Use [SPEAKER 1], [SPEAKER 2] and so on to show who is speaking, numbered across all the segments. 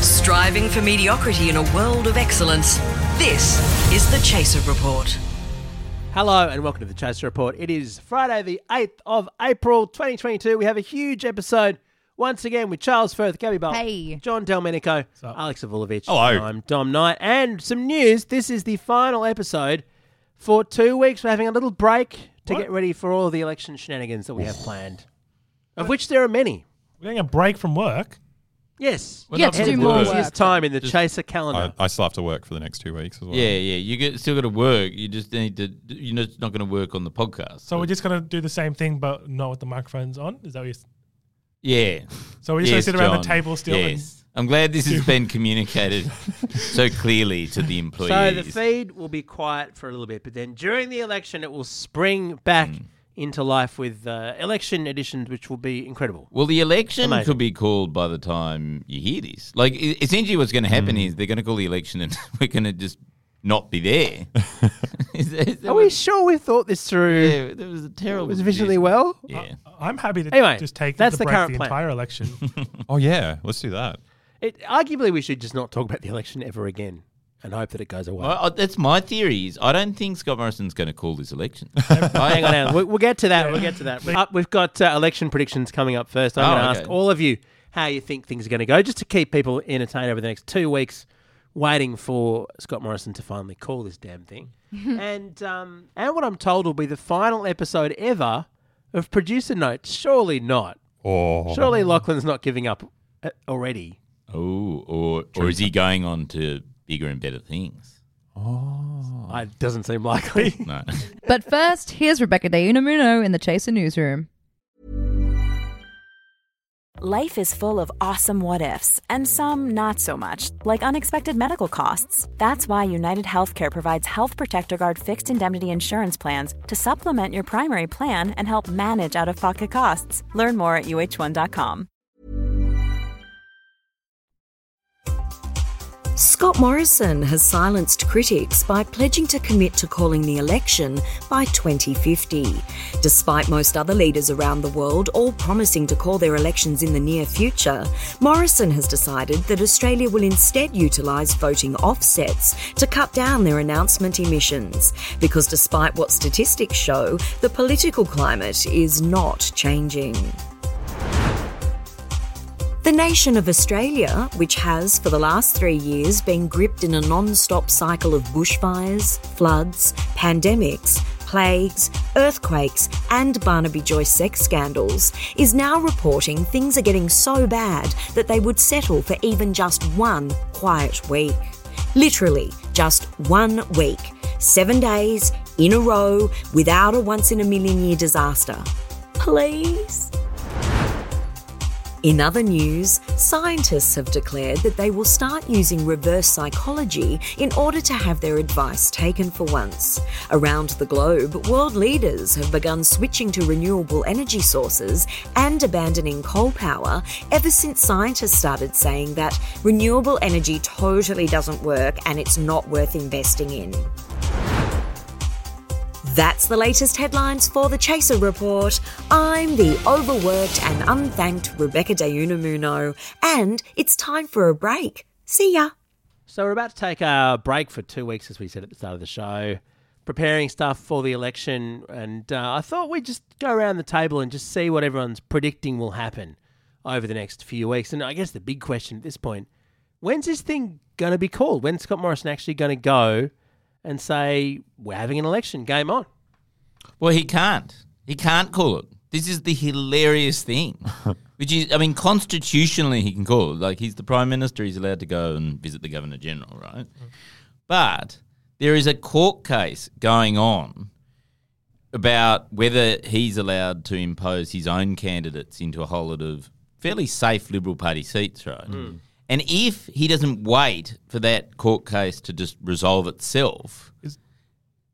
[SPEAKER 1] Striving for mediocrity in a world of excellence. This is the Chaser Report.
[SPEAKER 2] Hello and welcome to the Chaser Report. It is Friday, the 8th of April, 2022. We have a huge episode once again with Charles Firth, Gabby Bolt,
[SPEAKER 3] Hey.
[SPEAKER 2] John Delmenico, Alex Avulovich.
[SPEAKER 4] Hello.
[SPEAKER 2] I'm Dom Knight. And some news this is the final episode for two weeks. We're having a little break to get ready for all the election shenanigans that we have planned, of which there are many.
[SPEAKER 4] We're getting a break from work.
[SPEAKER 2] Yes.
[SPEAKER 3] Yeah, to do more
[SPEAKER 2] This is
[SPEAKER 3] work.
[SPEAKER 2] time in the Chaser calendar.
[SPEAKER 5] I, I still have to work for the next two weeks as well.
[SPEAKER 6] Yeah, yeah. You get, still got to work. You just need to. You know, it's not going to work on the podcast.
[SPEAKER 2] Mm.
[SPEAKER 4] So we're just gonna do the same thing, but not with the microphones on. Is that what you?
[SPEAKER 6] yeah.
[SPEAKER 4] So we're
[SPEAKER 6] Yes,
[SPEAKER 4] just gonna sit around
[SPEAKER 6] John.
[SPEAKER 4] the table still.
[SPEAKER 6] Yes. I'm glad this has been communicated so clearly to the employees.
[SPEAKER 2] So the feed will be quiet for a little bit, but then during the election, it will spring back
[SPEAKER 6] Mm.
[SPEAKER 2] into life with uh, election editions, which will be incredible.
[SPEAKER 6] well, the election
[SPEAKER 2] Amazing.
[SPEAKER 6] could be called by the time you hear this. Like, e- essentially, what's going to happen
[SPEAKER 4] Hmm.
[SPEAKER 6] is they're going to call the election, and we're going to just not be there. is that, is that
[SPEAKER 2] Are
[SPEAKER 6] what-
[SPEAKER 2] we sure we thought this through?
[SPEAKER 6] Yeah, that was a terrible.
[SPEAKER 2] was visually
[SPEAKER 6] decision.
[SPEAKER 2] well.
[SPEAKER 6] Yeah.
[SPEAKER 4] And I'm happy to
[SPEAKER 2] Anyway,
[SPEAKER 4] just take
[SPEAKER 2] that's the
[SPEAKER 4] the break
[SPEAKER 2] current
[SPEAKER 4] the
[SPEAKER 2] plan.
[SPEAKER 4] entire election.
[SPEAKER 5] Oh yeah, let's do that.
[SPEAKER 2] It, arguably, we should just not talk about the election ever again and hope that it goes away.
[SPEAKER 6] Well, I- that's my theory. Is I don't think Scott Morrison's going to call this election. I-
[SPEAKER 2] Oh, hang on, hang on. We'll, we'll get to that. We'll get to that. Uh, we've got uh, election predictions coming up first. I'm
[SPEAKER 6] Oh,
[SPEAKER 2] going to
[SPEAKER 6] okay.
[SPEAKER 2] ask all of you how you think things are going to go, just to keep people entertained over the next two weeks, waiting for Scott Morrison to finally call this damn thing. and um, and what I'm told will be the final episode ever of Producer Notes. Surely not.
[SPEAKER 5] Oh,
[SPEAKER 2] Surely Lachlan's not giving up uh, already.
[SPEAKER 6] Oh, or or is he going on to bigger and better things? Oh.
[SPEAKER 5] Oh.
[SPEAKER 2] Uh, It doesn't seem likely.
[SPEAKER 6] No.
[SPEAKER 3] But first, here's Rebecca De Unamuno in the Chaser Newsroom.
[SPEAKER 7] Life is full of awesome what ifs, and some not so much, like unexpected medical costs. That's why United Healthcare provides Health Protector Guard fixed indemnity insurance plans to supplement your primary plan and help manage out of pocket costs. Learn more at uh1.com.
[SPEAKER 8] Scott Morrison has silenced critics by pledging to commit to calling the election by 2050. Despite most other leaders around the world all promising to call their elections in the near future, Morrison has decided that Australia will instead utilise voting offsets to cut down their announcement emissions. Because despite what statistics show, the political climate is not changing. The nation of Australia, which has for the last three years been gripped in a non stop cycle of bushfires, floods, pandemics, plagues, earthquakes, and Barnaby Joyce sex scandals, is now reporting things are getting so bad that they would settle for even just one quiet week. Literally, just one week, seven days in a row without a once in a million year disaster. Please? In other news, scientists have declared that they will start using reverse psychology in order to have their advice taken for once. Around the globe, world leaders have begun switching to renewable energy sources and abandoning coal power ever since scientists started saying that renewable energy totally doesn't work and it's not worth investing in. That's the latest headlines for the Chaser Report. I'm the overworked and unthanked Rebecca De Unamuno, and it's time for a break. See ya.
[SPEAKER 2] So we're about to take a break for two weeks, as we said at the start of the show, preparing stuff for the election. And uh, I thought we'd just go around the table and just see what everyone's predicting will happen over the next few weeks. And I guess the big question at this point: When's this thing going to be called? When's Scott Morrison actually going to go and say we're having an election? Game on!
[SPEAKER 6] Well, he can't. He can't call it. This is the hilarious thing, which is, I mean, constitutionally he can call it. Like he's the prime minister. He's allowed to go and visit the governor general, right? But there is a court case going on about whether he's allowed to impose his own candidates into a whole lot of fairly safe Liberal Party seats, right?
[SPEAKER 4] Hmm.
[SPEAKER 6] And if he doesn't wait for that court case to just resolve itself,
[SPEAKER 4] Is-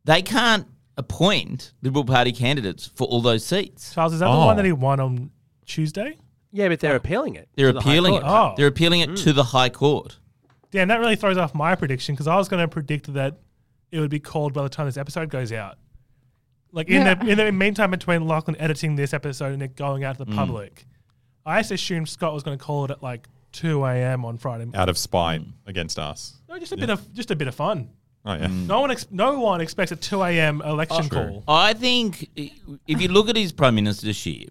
[SPEAKER 6] they can't appoint Liberal Party candidates for all those seats.
[SPEAKER 4] Charles, is that the
[SPEAKER 5] Oh.
[SPEAKER 4] one that he won on Tuesday?
[SPEAKER 2] Yeah, but they're appealing it.
[SPEAKER 6] Oh. They're
[SPEAKER 2] to the High
[SPEAKER 6] appealing it.
[SPEAKER 2] Court.
[SPEAKER 4] Oh.
[SPEAKER 6] They're appealing it to the High Court.
[SPEAKER 4] Damn, that really throws off my prediction because I was going to predict that it would be called by the time this episode goes out. Like in the in the meantime between
[SPEAKER 2] Mm.
[SPEAKER 4] Lachlan editing this episode and it going out to the public, I just assumed Scott was going to call it at like two a.m. on Friday.
[SPEAKER 5] out of spite against us.
[SPEAKER 4] No, just a bit of just a bit of fun.
[SPEAKER 5] Oh yeah.
[SPEAKER 2] Mm.
[SPEAKER 4] No one, ex- no one expects a two a.m. election
[SPEAKER 5] Sure.
[SPEAKER 4] call.
[SPEAKER 6] I think i- if you look at his prime ministership,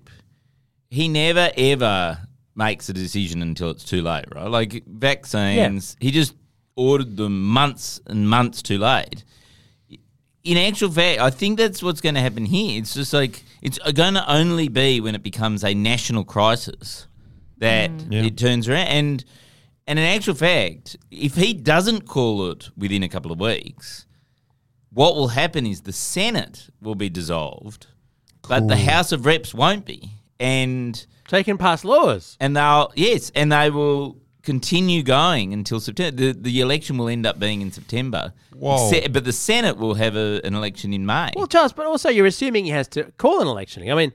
[SPEAKER 6] he never ever makes a decision until it's too late, right? Like vaccines, he just ordered them months and months too late. In actual fact, I think that's what's going to happen here. It's just like it's going to only be when it becomes a national crisis that it turns around. And and in actual fact, if he doesn't call it within a couple of weeks, what will happen is the Senate will be dissolved, but the House of Reps won't be, and
[SPEAKER 2] Taking past laws.
[SPEAKER 6] and they'll yes, and they will continue going until September. The, the election will end up being in September.
[SPEAKER 5] Whoa.
[SPEAKER 6] Se- but the Senate will have a, an election in May.
[SPEAKER 2] Well, Charles, but also you're assuming he has to call an election. I mean,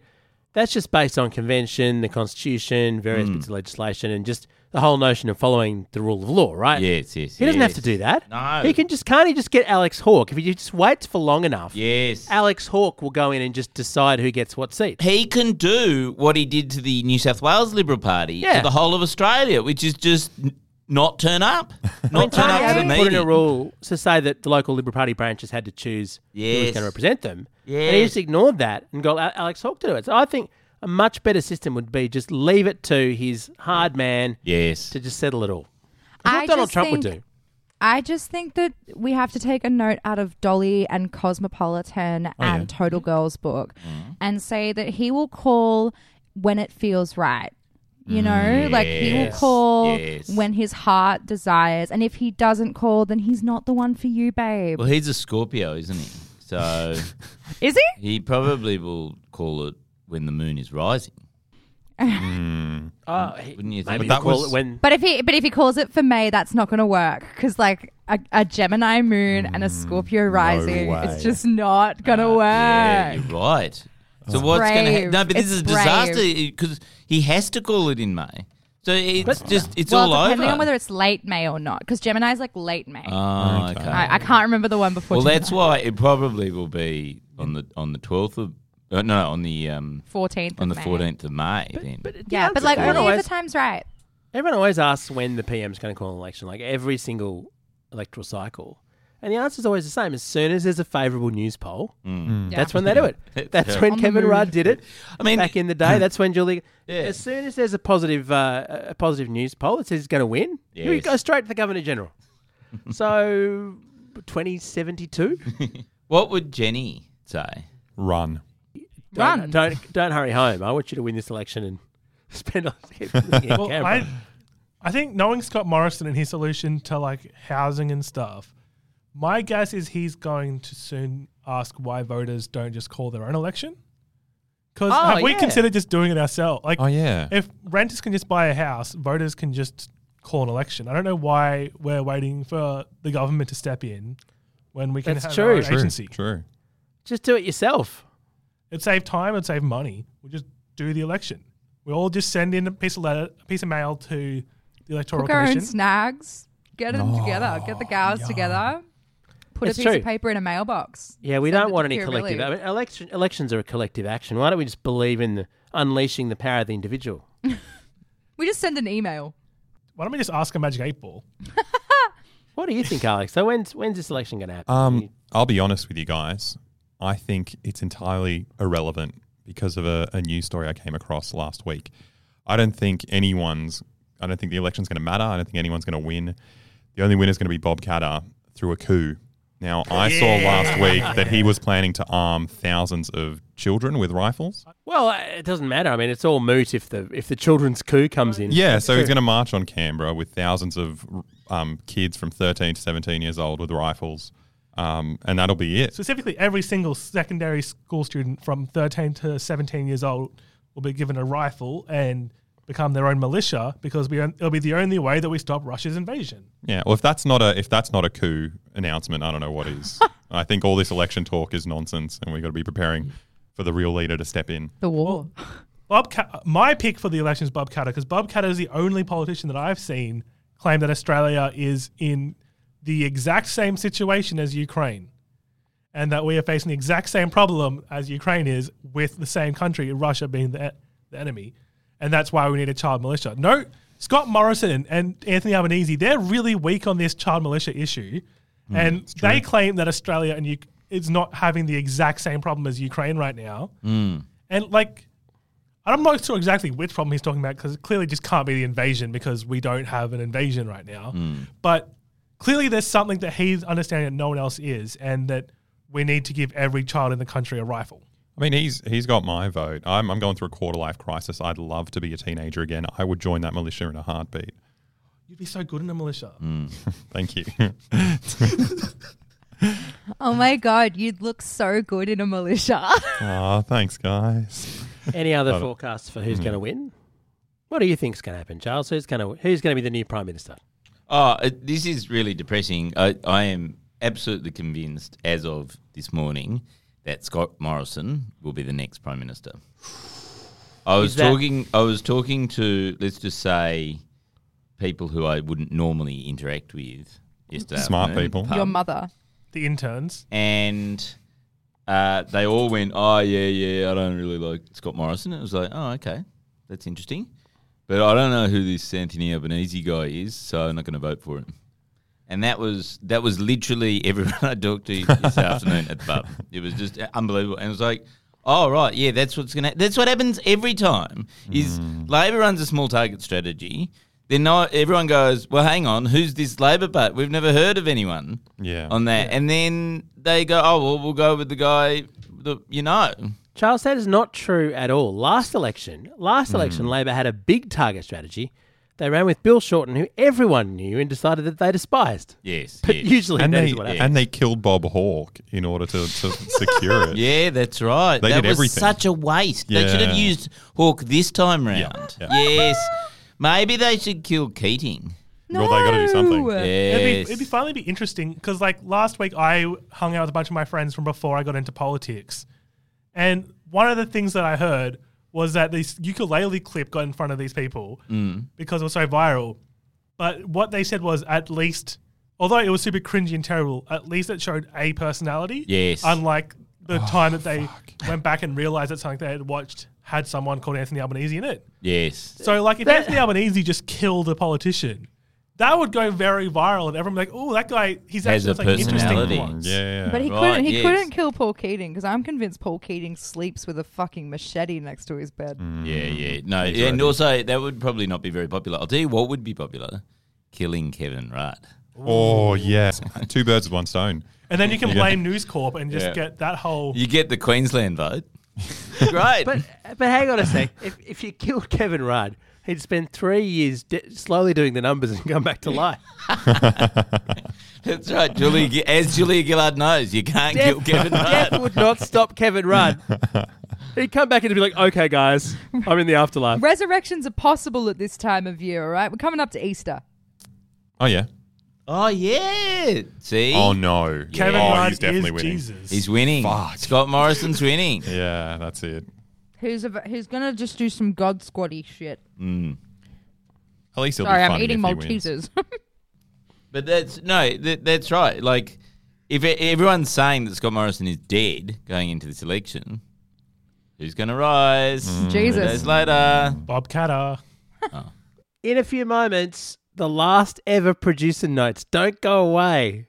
[SPEAKER 2] that's just based on convention, the constitution, various
[SPEAKER 6] Hmm.
[SPEAKER 2] bits of legislation, and just the whole notion of following the rule of law, right?
[SPEAKER 6] yes, yes.
[SPEAKER 2] He doesn't have
[SPEAKER 6] yes.
[SPEAKER 2] to do that.
[SPEAKER 6] No.
[SPEAKER 2] He can just can't he just get Alex Hawke if he just waits for long enough.
[SPEAKER 6] Yes.
[SPEAKER 2] Alex Hawke will go in and just decide who gets what seat.
[SPEAKER 6] he can do what he did to the New South Wales Liberal Party
[SPEAKER 2] Yeah.
[SPEAKER 6] to the whole of Australia, which is just n- not turn up, not turn up to the
[SPEAKER 2] Haven't put in a
[SPEAKER 6] meeting.
[SPEAKER 2] rule to say that the local Liberal Party branches had to choose who was
[SPEAKER 6] Yes.
[SPEAKER 2] going to represent them. And he
[SPEAKER 6] Yes.
[SPEAKER 2] just ignored that and got Al- Alex Hawke to do it. So I think a much better system would be just leave it to his hard man
[SPEAKER 6] Yes.
[SPEAKER 2] to just settle it all. That's
[SPEAKER 3] I
[SPEAKER 2] what Donald
[SPEAKER 3] just
[SPEAKER 2] Trump would
[SPEAKER 3] think-
[SPEAKER 2] do.
[SPEAKER 3] I just think that we have to take a note out of Dolly and Cosmopolitan and Total Girls book and say that he will call when it feels right. You know, like he will
[SPEAKER 6] yes,
[SPEAKER 3] call
[SPEAKER 6] yes.
[SPEAKER 3] when his heart desires. And if he doesn't call, then he's not the one for you, babe.
[SPEAKER 6] Well, he's a Scorpio, isn't he? So.
[SPEAKER 3] Is he?
[SPEAKER 6] He probably will call it when the moon is rising.
[SPEAKER 2] Oh, he,
[SPEAKER 6] Wouldn't you think?
[SPEAKER 2] maybe
[SPEAKER 6] But
[SPEAKER 2] that
[SPEAKER 5] that
[SPEAKER 2] call
[SPEAKER 5] was-
[SPEAKER 2] it when
[SPEAKER 3] But if he but if he calls it for May, that's not going to work because like a, a Gemini moon and a
[SPEAKER 6] Mm,
[SPEAKER 3] Scorpio rising,
[SPEAKER 5] way.
[SPEAKER 3] it's just not going to work.
[SPEAKER 6] Uh, Yeah, you're right. So what's going to
[SPEAKER 3] brave.
[SPEAKER 6] happen? No, but this
[SPEAKER 3] It's
[SPEAKER 6] is a
[SPEAKER 3] brave.
[SPEAKER 6] disaster because he has to call it in May. So it's just it's
[SPEAKER 3] well,
[SPEAKER 6] all
[SPEAKER 3] depending
[SPEAKER 6] over.
[SPEAKER 3] on whether it's late May or not, because Gemini's like late May.
[SPEAKER 6] oh, okay.
[SPEAKER 3] I, I can't remember the one before.
[SPEAKER 6] well,
[SPEAKER 3] Gemini.
[SPEAKER 6] that's why it probably will be on the on the twelfth of uh, no on the um
[SPEAKER 3] 14th.
[SPEAKER 6] on the
[SPEAKER 3] of May.
[SPEAKER 6] fourteenth of May. then.
[SPEAKER 3] Yeah, but like
[SPEAKER 2] everyone
[SPEAKER 3] only if
[SPEAKER 2] always,
[SPEAKER 3] the time's right.
[SPEAKER 2] everyone always asks when the PM's going to call an election, like every single electoral cycle. And the answer is always the same. As soon as there's a favourable news poll, that's when they do it. That's when
[SPEAKER 3] Mm. On the
[SPEAKER 2] Kevin
[SPEAKER 3] move.
[SPEAKER 2] Rudd did it.
[SPEAKER 6] Mm. I mean-
[SPEAKER 2] back in the day, that's when Julie.
[SPEAKER 6] Yeah.
[SPEAKER 2] As soon as there's a positive, uh, a positive news poll that says he's going to win, you
[SPEAKER 6] Yes.
[SPEAKER 2] go straight to the Governor General. so, 2072.
[SPEAKER 6] what would Jenny say?
[SPEAKER 5] Run.
[SPEAKER 2] Don't-
[SPEAKER 3] Run.
[SPEAKER 2] Don't don't hurry home. I want you to win this election and spend on the
[SPEAKER 4] Well,
[SPEAKER 2] camera.
[SPEAKER 4] I, I think knowing Scott Morrison and his solution to like housing and stuff, my guess is he's going to soon ask why voters don't just call their own election. Because
[SPEAKER 2] Oh,
[SPEAKER 4] have we
[SPEAKER 2] yeah.
[SPEAKER 4] considered just doing it ourselves? Like,
[SPEAKER 5] Oh yeah.
[SPEAKER 4] if renters can just buy a house, voters can just call an election. I don't know why we're waiting for the government to step in when we can
[SPEAKER 2] That's
[SPEAKER 4] have our own
[SPEAKER 2] true.
[SPEAKER 5] True.
[SPEAKER 4] agency.
[SPEAKER 5] True.
[SPEAKER 2] Just do it yourself.
[SPEAKER 4] It'd save time. It'd save money. We'll just do the election. We all just send in a piece of letter, a piece of mail to the electoral
[SPEAKER 3] Cook our own
[SPEAKER 4] commission.
[SPEAKER 3] snags. Get them together. Get the gals together. Put
[SPEAKER 2] It's
[SPEAKER 3] a piece
[SPEAKER 2] true.
[SPEAKER 3] of paper in a mailbox.
[SPEAKER 2] Yeah, we
[SPEAKER 3] Send
[SPEAKER 2] don't
[SPEAKER 3] it
[SPEAKER 2] want
[SPEAKER 3] to
[SPEAKER 2] any
[SPEAKER 3] Kirrilly.
[SPEAKER 2] collective. eh? I mean, election, elections are a collective action. Why don't we just believe in the, unleashing the power of the individual?
[SPEAKER 3] We just send an email.
[SPEAKER 4] Why don't we just ask a magic eight ball?
[SPEAKER 2] What do you think, Alex? So when's when's this election going to happen?
[SPEAKER 5] Um, I'll be honest with you guys. I think it's entirely irrelevant because of a, a news story I came across last week. I don't think anyone's. I don't think the election's going to matter. I don't think anyone's going to win. The only winner's going to be Bob Catter through a coup. Now, I saw last week that he was planning to arm thousands of children with rifles.
[SPEAKER 2] well, uh, it doesn't matter. I mean, it's all moot if the if the children's coup comes in.
[SPEAKER 5] Yeah, so he's going to march on Canberra with thousands of um, kids from 13 to 17 years old with rifles, um, and that'll be it.
[SPEAKER 4] Specifically, every single secondary school student from 13 to 17 years old will be given a rifle and become their own militia because we, it'll be the only way that we stop Russia's invasion.
[SPEAKER 5] Yeah. Well, if that's not a if that's not a coup announcement, I don't know what is. I think all this election talk is nonsense, and we've got to be preparing for the real leader to step in.
[SPEAKER 3] The war.
[SPEAKER 4] Bob, Ca- my pick for the election is Bob Catter because Bob Catter is the only politician that I've seen claim that Australia is in the exact same situation as Ukraine, and that we are facing the exact same problem as Ukraine is with the same country, Russia being the, e- the enemy, and that's why we need a child militia. No, Scott Morrison and Anthony Albanese, they're really weak on this child militia issue. and they claim that Australia and U- is not having the exact same problem as Ukraine right now. And like, I'm not sure exactly which problem he's talking about because it clearly just can't be the invasion because we don't have an invasion right now. But clearly, there's something that he's understanding that no one else is, and that we need to give every child in the country a rifle.
[SPEAKER 5] I mean, he's he's got my vote. I'm, I'm going through a quarter life crisis. I'd love to be a teenager again. I would join that militia in a heartbeat.
[SPEAKER 4] You'd be so good in a militia.
[SPEAKER 5] Thank you.
[SPEAKER 3] Oh my god, you'd look so good in a militia.
[SPEAKER 5] Aw, thanks, guys.
[SPEAKER 2] Any other forecasts for
[SPEAKER 5] Mm-hmm.
[SPEAKER 2] who's going to win? What do you think's going to happen, Charles? Who's going to who's going to be the new prime minister?
[SPEAKER 6] Oh, it, this is really depressing. I, I am absolutely convinced, as of this morning, that Scott Morrison will be the next prime minister. I was
[SPEAKER 2] Is that-
[SPEAKER 6] talking. I was talking to let's just say people who I wouldn't normally interact with yesterday.
[SPEAKER 5] Smart
[SPEAKER 6] afternoon,
[SPEAKER 5] people.
[SPEAKER 6] pub,
[SPEAKER 3] Your mother.
[SPEAKER 4] The interns.
[SPEAKER 6] and uh, they all went, "Oh yeah, yeah, I don't really like Scott Morrison." It was like, "Oh okay, that's interesting," but I don't know who this Anthony Albanese guy is, so I'm not going to vote for him. And that was that was literally everyone I talked to this afternoon at the pub. It was just unbelievable, and it was like. Oh right, yeah, that's what's gonna. That's what happens every time. Is Labor runs a small target strategy. Then not everyone goes. Well, hang on, who's this Labor? But we've never heard of anyone
[SPEAKER 5] Yeah.
[SPEAKER 6] on that. And then they go, oh, well, we'll go with the guy that you know.
[SPEAKER 2] Charles, that is not true at all. Last election,
[SPEAKER 5] Hmm.
[SPEAKER 2] last election, Labor had a big target strategy. They ran with Bill Shorten, who everyone knew and decided that they despised.
[SPEAKER 6] Yes.
[SPEAKER 2] But
[SPEAKER 6] yes.
[SPEAKER 2] usually
[SPEAKER 5] and
[SPEAKER 2] that
[SPEAKER 5] they
[SPEAKER 2] is what happens.
[SPEAKER 5] and they killed Bob Hawke in order to, to secure it.
[SPEAKER 6] yeah, that's right.
[SPEAKER 5] They
[SPEAKER 6] that
[SPEAKER 5] did
[SPEAKER 6] was
[SPEAKER 5] everything.
[SPEAKER 6] such a waste. They should have
[SPEAKER 5] Yeah.
[SPEAKER 6] used Hawk this time round.
[SPEAKER 5] yeah.
[SPEAKER 6] Yes. Maybe they should kill Keating.
[SPEAKER 5] Well, they got to do something.
[SPEAKER 3] No.
[SPEAKER 6] Yes.
[SPEAKER 4] It'd, be, it'd be finally be interesting because like last week I hung out with a bunch of my friends from before I got into politics, and one of the things that I heard was that this ukulele clip got in front of these people
[SPEAKER 6] Mm.
[SPEAKER 4] because it was so viral. But what they said was at least, although it was super cringy and terrible, at least it showed a personality.
[SPEAKER 6] Yes. Oh,
[SPEAKER 4] Unlike the time that they went back and realized that something they had watched had someone called Anthony Albanese in it.
[SPEAKER 6] Yes.
[SPEAKER 4] So like if Anthony Albanese just killed a politician, that would go very viral and everyone would be like, oh, that guy, he's
[SPEAKER 6] Has
[SPEAKER 4] actually
[SPEAKER 6] a
[SPEAKER 4] like interesting
[SPEAKER 6] personality.
[SPEAKER 4] for once."
[SPEAKER 5] Yeah.
[SPEAKER 3] But he
[SPEAKER 6] Right,
[SPEAKER 3] couldn't. He
[SPEAKER 6] yes.
[SPEAKER 3] couldn't kill Paul Keating because I'm convinced Paul Keating sleeps with a fucking machete next to his bed.
[SPEAKER 5] Mm.
[SPEAKER 6] Mm. Yeah, yeah. No, and also that would probably not be very popular. I'll tell you what would be popular. Killing Kevin Rudd.
[SPEAKER 5] oh yeah. Two birds with one stone.
[SPEAKER 4] And then you can blame News Corp and just
[SPEAKER 6] Yeah.
[SPEAKER 4] get that whole.
[SPEAKER 6] You get the Queensland vote. Great.
[SPEAKER 2] But but hang on a sec. If if you killed Kevin Rudd, he'd spend three years de- slowly doing the numbers and come back to life.
[SPEAKER 6] That's right, Julia. Gi- As Julia Gillard knows, you can't kill
[SPEAKER 2] Death,
[SPEAKER 6] Kevin
[SPEAKER 2] death
[SPEAKER 6] Rudd.
[SPEAKER 2] would not stop Kevin Rudd. He'd come back and be like, "Okay, guys, I'm in the afterlife."
[SPEAKER 3] Resurrections are possible at this time of year. All right, we're coming up to Easter.
[SPEAKER 5] Oh yeah.
[SPEAKER 6] Oh yeah. See,
[SPEAKER 5] Oh no.
[SPEAKER 4] Kevin
[SPEAKER 5] oh,
[SPEAKER 4] Rudd
[SPEAKER 5] he's definitely
[SPEAKER 4] is
[SPEAKER 5] winning.
[SPEAKER 4] Jesus.
[SPEAKER 6] he's winning. Scott Morrison's winning.
[SPEAKER 5] Yeah, that's it.
[SPEAKER 3] Who's av- who's gonna just do some god squatty shit?
[SPEAKER 5] At least it'll
[SPEAKER 3] Sorry,
[SPEAKER 5] be
[SPEAKER 3] I'm
[SPEAKER 5] funny
[SPEAKER 3] eating
[SPEAKER 5] if he wins.
[SPEAKER 3] Maltesers.
[SPEAKER 6] But that's no, th- that's right. Like, if e- everyone's saying that Scott Morrison is dead going into this election, who's going to rise?
[SPEAKER 9] Mm.
[SPEAKER 6] Two
[SPEAKER 3] Jesus.
[SPEAKER 6] days later.
[SPEAKER 4] Bob Catter.
[SPEAKER 2] In a few moments, the last ever producer notes. Don't go away.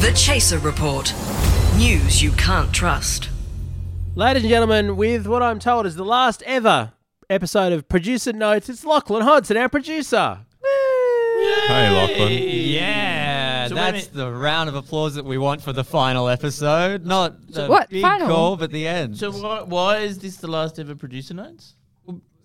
[SPEAKER 1] The Chaser Report. News you can't trust.
[SPEAKER 2] Ladies and gentlemen, with what I'm told is the last ever episode of Producer Notes, it's Lachlan Hodson, our producer.
[SPEAKER 5] Hey, Lachlan.
[SPEAKER 9] Yeah,
[SPEAKER 6] So wait a
[SPEAKER 9] that's the round of applause that we want for the final episode. Not the
[SPEAKER 3] what?
[SPEAKER 9] big
[SPEAKER 3] Final?
[SPEAKER 9] call, but the end.
[SPEAKER 6] So
[SPEAKER 9] So,
[SPEAKER 6] why, why is this the last ever producer notes?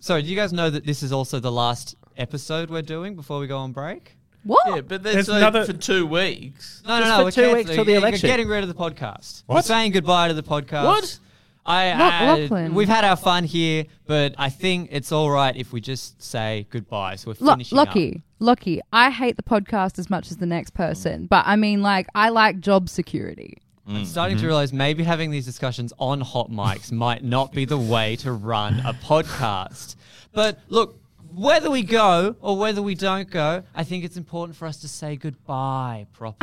[SPEAKER 9] do you guys know that this is also the last episode we're doing before we go on break?
[SPEAKER 3] what?
[SPEAKER 6] Yeah, but that's
[SPEAKER 4] There's
[SPEAKER 6] like
[SPEAKER 4] another-
[SPEAKER 6] for two weeks.
[SPEAKER 9] No,
[SPEAKER 2] Just
[SPEAKER 9] no, no.
[SPEAKER 2] for
[SPEAKER 9] we're
[SPEAKER 2] two weeks
[SPEAKER 9] cancelling-
[SPEAKER 2] till the
[SPEAKER 9] we're
[SPEAKER 2] election.
[SPEAKER 9] getting rid of the podcast. We're
[SPEAKER 5] What?
[SPEAKER 9] saying goodbye to the podcast.
[SPEAKER 6] What?
[SPEAKER 9] I,
[SPEAKER 3] Loch-
[SPEAKER 9] I
[SPEAKER 3] Lachlan.
[SPEAKER 9] we've had our fun here, but I think it's all right if we just say goodbye. So we're
[SPEAKER 3] Lo-
[SPEAKER 9] finishing up.
[SPEAKER 3] lucky, lucky. I hate the podcast as much as the next person, but I mean, like, I like job security.
[SPEAKER 9] I'm starting to realize maybe having these discussions on hot mics might not be the way to run a podcast. But look, whether we go or whether we don't go, I think it's important for us to say goodbye properly.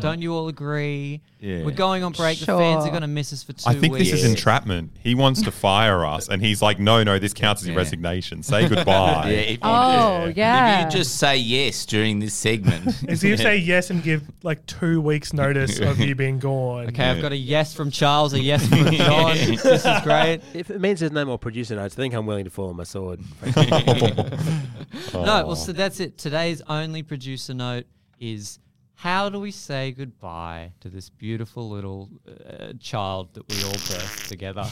[SPEAKER 9] Don't you all agree?
[SPEAKER 6] Yeah.
[SPEAKER 9] We're going on break. The fans are
[SPEAKER 3] Sure.
[SPEAKER 9] going to miss us for two
[SPEAKER 5] I think
[SPEAKER 9] weeks.
[SPEAKER 5] this is entrapment. He wants to fire us, and he's like, "No, no, this counts as your resignation. Say goodbye."
[SPEAKER 6] Yeah, if you,
[SPEAKER 3] Oh, yeah.
[SPEAKER 6] If you just say yes during this segment.
[SPEAKER 4] As you say yes and give like two weeks notice of you being gone.
[SPEAKER 9] Okay, I've got a yes from Charles, a yes from John. this is great.
[SPEAKER 2] If it means there's no more producer notes, I think I'm willing to fall on my sword.
[SPEAKER 9] No, well, so that's it. Today's only producer note is how do we say goodbye to this beautiful little uh, child that we all birthed together?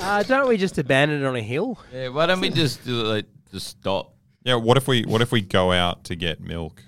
[SPEAKER 2] uh, don't we just abandon it on a hill?
[SPEAKER 6] yeah, why don't we just do like just stop?
[SPEAKER 5] Yeah, what if we what if we go out to get milk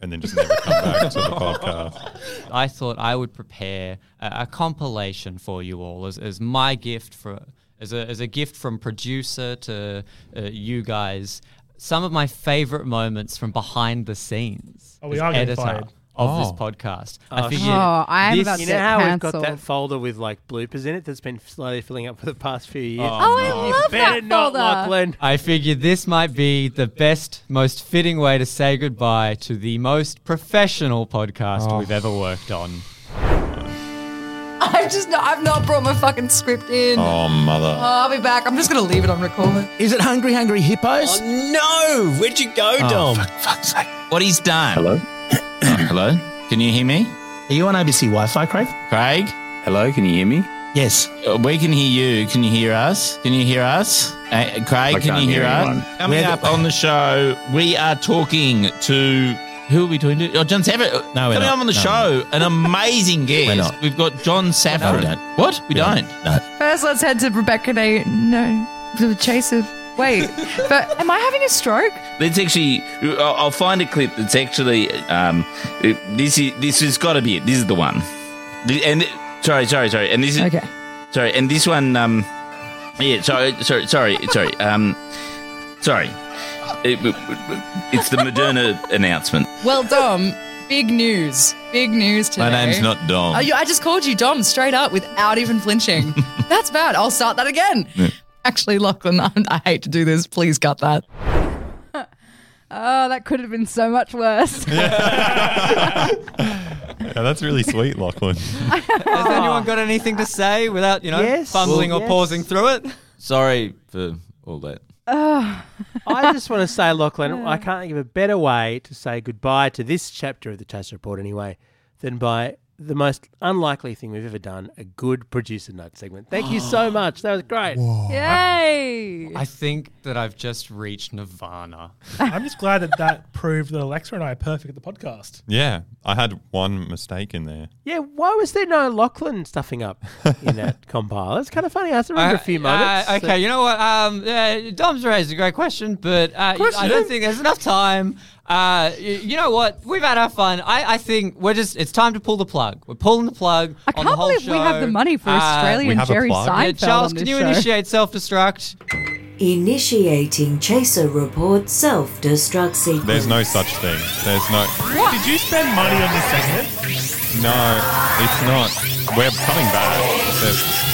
[SPEAKER 5] and then just never come back to the podcast?
[SPEAKER 9] I thought I would prepare a, a compilation for you all as, as my gift for as a, as a gift from producer to uh, you guys. Some of my favorite moments from behind the scenes
[SPEAKER 4] Oh, we
[SPEAKER 9] as
[SPEAKER 4] are getting
[SPEAKER 9] editor
[SPEAKER 4] fired.
[SPEAKER 9] of this
[SPEAKER 5] Oh.
[SPEAKER 9] podcast. I
[SPEAKER 2] shit.
[SPEAKER 9] figured
[SPEAKER 3] Oh, I am
[SPEAKER 9] this-
[SPEAKER 3] about to
[SPEAKER 2] You know
[SPEAKER 3] get
[SPEAKER 2] how we've
[SPEAKER 3] cancelled.
[SPEAKER 2] got that folder with like bloopers in it that's been slowly filling up for the past few years.
[SPEAKER 3] oh, I love
[SPEAKER 2] Better
[SPEAKER 3] that
[SPEAKER 2] not,
[SPEAKER 3] folder.
[SPEAKER 2] Lachlan.
[SPEAKER 9] I figured this might be the best, most fitting way to say goodbye to the most professional podcast we've ever worked on.
[SPEAKER 10] I've just not, I've not brought my fucking script in.
[SPEAKER 5] Oh mother.
[SPEAKER 10] I'll be back. I'm just gonna leave it on record.
[SPEAKER 11] Is it Hungry Hungry
[SPEAKER 6] Oh,
[SPEAKER 11] Hippos? Oh,
[SPEAKER 6] No, where'd you go, Dom?
[SPEAKER 11] Fuck's sake. Are
[SPEAKER 6] What he's done? Hello. Hello. Can you hear me,
[SPEAKER 11] you on ABC Wi-Fi, Craig?
[SPEAKER 6] Craig? Hello. Can you hear me?
[SPEAKER 11] Yes.
[SPEAKER 6] We Uh, can hear you. Can you hear us? Can you hear us? Uh, Craig, can you hear, us? Coming
[SPEAKER 11] We're the-
[SPEAKER 6] up on the show, we are talking to. Who are we talking to? Oh, John Saffron.
[SPEAKER 11] No, we're
[SPEAKER 6] Coming
[SPEAKER 11] not.
[SPEAKER 6] up on the
[SPEAKER 11] No,
[SPEAKER 6] show, an amazing guest.
[SPEAKER 11] We're not.
[SPEAKER 6] We've got John Saffron.
[SPEAKER 11] don't.
[SPEAKER 6] What? We don't.
[SPEAKER 10] First, let's head to Rebecca. Day. No, the chaser. Wait, but am I having a stroke?
[SPEAKER 6] Let's actually. I'll I'll find a clip that's actually. Um, it- this is this has got to be it. This is the one. The- And it- sorry, sorry, sorry. And this is
[SPEAKER 10] Okay.
[SPEAKER 6] sorry. And this one. Um, yeah. Sorry, sorry, sorry, sorry. Um, sorry. It- it's the Moderna announcement.
[SPEAKER 10] Well, Dom, big news. Big news today.
[SPEAKER 6] not Dom.
[SPEAKER 10] Oh, you, I just called you Dom straight up without even flinching. That's bad. I'll start that again. Actually, Lachlan, I, I hate to do this. Please cut that.
[SPEAKER 3] Oh, that could have been so much worse.
[SPEAKER 5] Yeah, that's really sweet, Lachlan.
[SPEAKER 9] Has anyone got anything to say without, you know,
[SPEAKER 2] Yes.
[SPEAKER 9] fumbling
[SPEAKER 2] Well,
[SPEAKER 9] or
[SPEAKER 2] yes.
[SPEAKER 9] pausing through it?
[SPEAKER 6] sorry for all that.
[SPEAKER 2] I just want to say, Lachlan, I can't think of a better way to say goodbye to this chapter of the Chase Report anyway than by the most unlikely thing we've ever done, a good producer note segment. Thank you so much. That was great.
[SPEAKER 3] Yay!
[SPEAKER 9] I think that I've just reached Nirvana.
[SPEAKER 4] I'm just glad that that proved that Alexa and I are perfect at the podcast.
[SPEAKER 5] Yeah, I had one mistake in there.
[SPEAKER 2] Yeah, why was there no Lachlan stuffing up in that compile? It's kind of funny. I have to remember a few moments.
[SPEAKER 9] Uh, okay, you know what? Um, uh, Dom's raised a great question, but uh, I don't think there's enough time. Uh, y- you know what? We've had our fun. I, I think we're just, it's time to pull the plug. We're pulling the plug.
[SPEAKER 3] I
[SPEAKER 9] on
[SPEAKER 3] can't
[SPEAKER 9] the whole
[SPEAKER 3] believe we have
[SPEAKER 9] show.
[SPEAKER 3] the money for
[SPEAKER 9] Uh,
[SPEAKER 5] we
[SPEAKER 3] Australian
[SPEAKER 5] have a
[SPEAKER 3] Jerry
[SPEAKER 5] plug.
[SPEAKER 9] yeah,
[SPEAKER 3] Seinfeld.
[SPEAKER 9] Charles,
[SPEAKER 3] on
[SPEAKER 9] can
[SPEAKER 3] this
[SPEAKER 9] you
[SPEAKER 3] show.
[SPEAKER 9] initiate self destruct?
[SPEAKER 8] Initiating Chaser Report self-destruct sequence.
[SPEAKER 5] There's no such thing. There's no.
[SPEAKER 4] Did you spend money on this segment?
[SPEAKER 5] No, it's not. We're coming back. There's-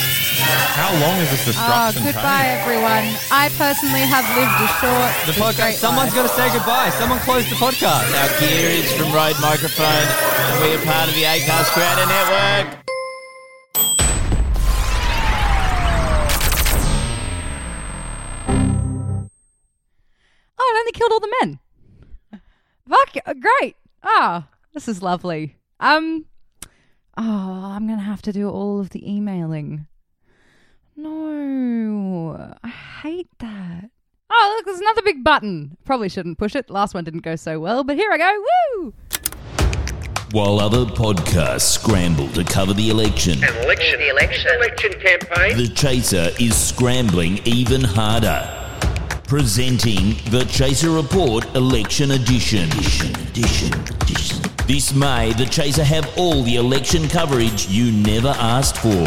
[SPEAKER 5] How long is
[SPEAKER 3] Oh,
[SPEAKER 5] this destruction?
[SPEAKER 3] goodbye, everyone. I personally have lived a short.
[SPEAKER 9] The
[SPEAKER 3] but
[SPEAKER 9] podcast.
[SPEAKER 3] great
[SPEAKER 9] Someone's
[SPEAKER 3] life.
[SPEAKER 9] got to say goodbye. Someone close the podcast.
[SPEAKER 6] Our gear is from Rode Microphone, and we are part of the Acast Creator Network.
[SPEAKER 3] Oh, it only killed all the men. Fuck, uh, great. Ah, this is lovely. Um, oh, I'm going to have to do all of the emailing. No, I hate that. Oh, look, there's another big button. Probably shouldn't push it. Last one didn't go so well, but here I go. Woo!
[SPEAKER 11] While other podcasts scramble to cover the election,
[SPEAKER 1] Election. The election. Election campaign.
[SPEAKER 11] The Chaser is scrambling even harder. Presenting the Chaser Report Election Edition. Edition, edition, edition. This May, the Chaser have all the election coverage you never asked for.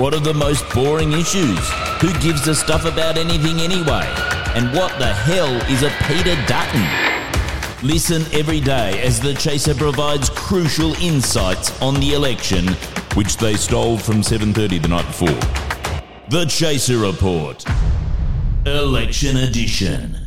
[SPEAKER 11] What are the most boring issues? Who gives a stuff about anything anyway? And what the hell is a Peter Dutton? Listen every day as the Chaser provides crucial insights on the election, which they stole from 7:30 the night before. The Chaser Report, Election Edition.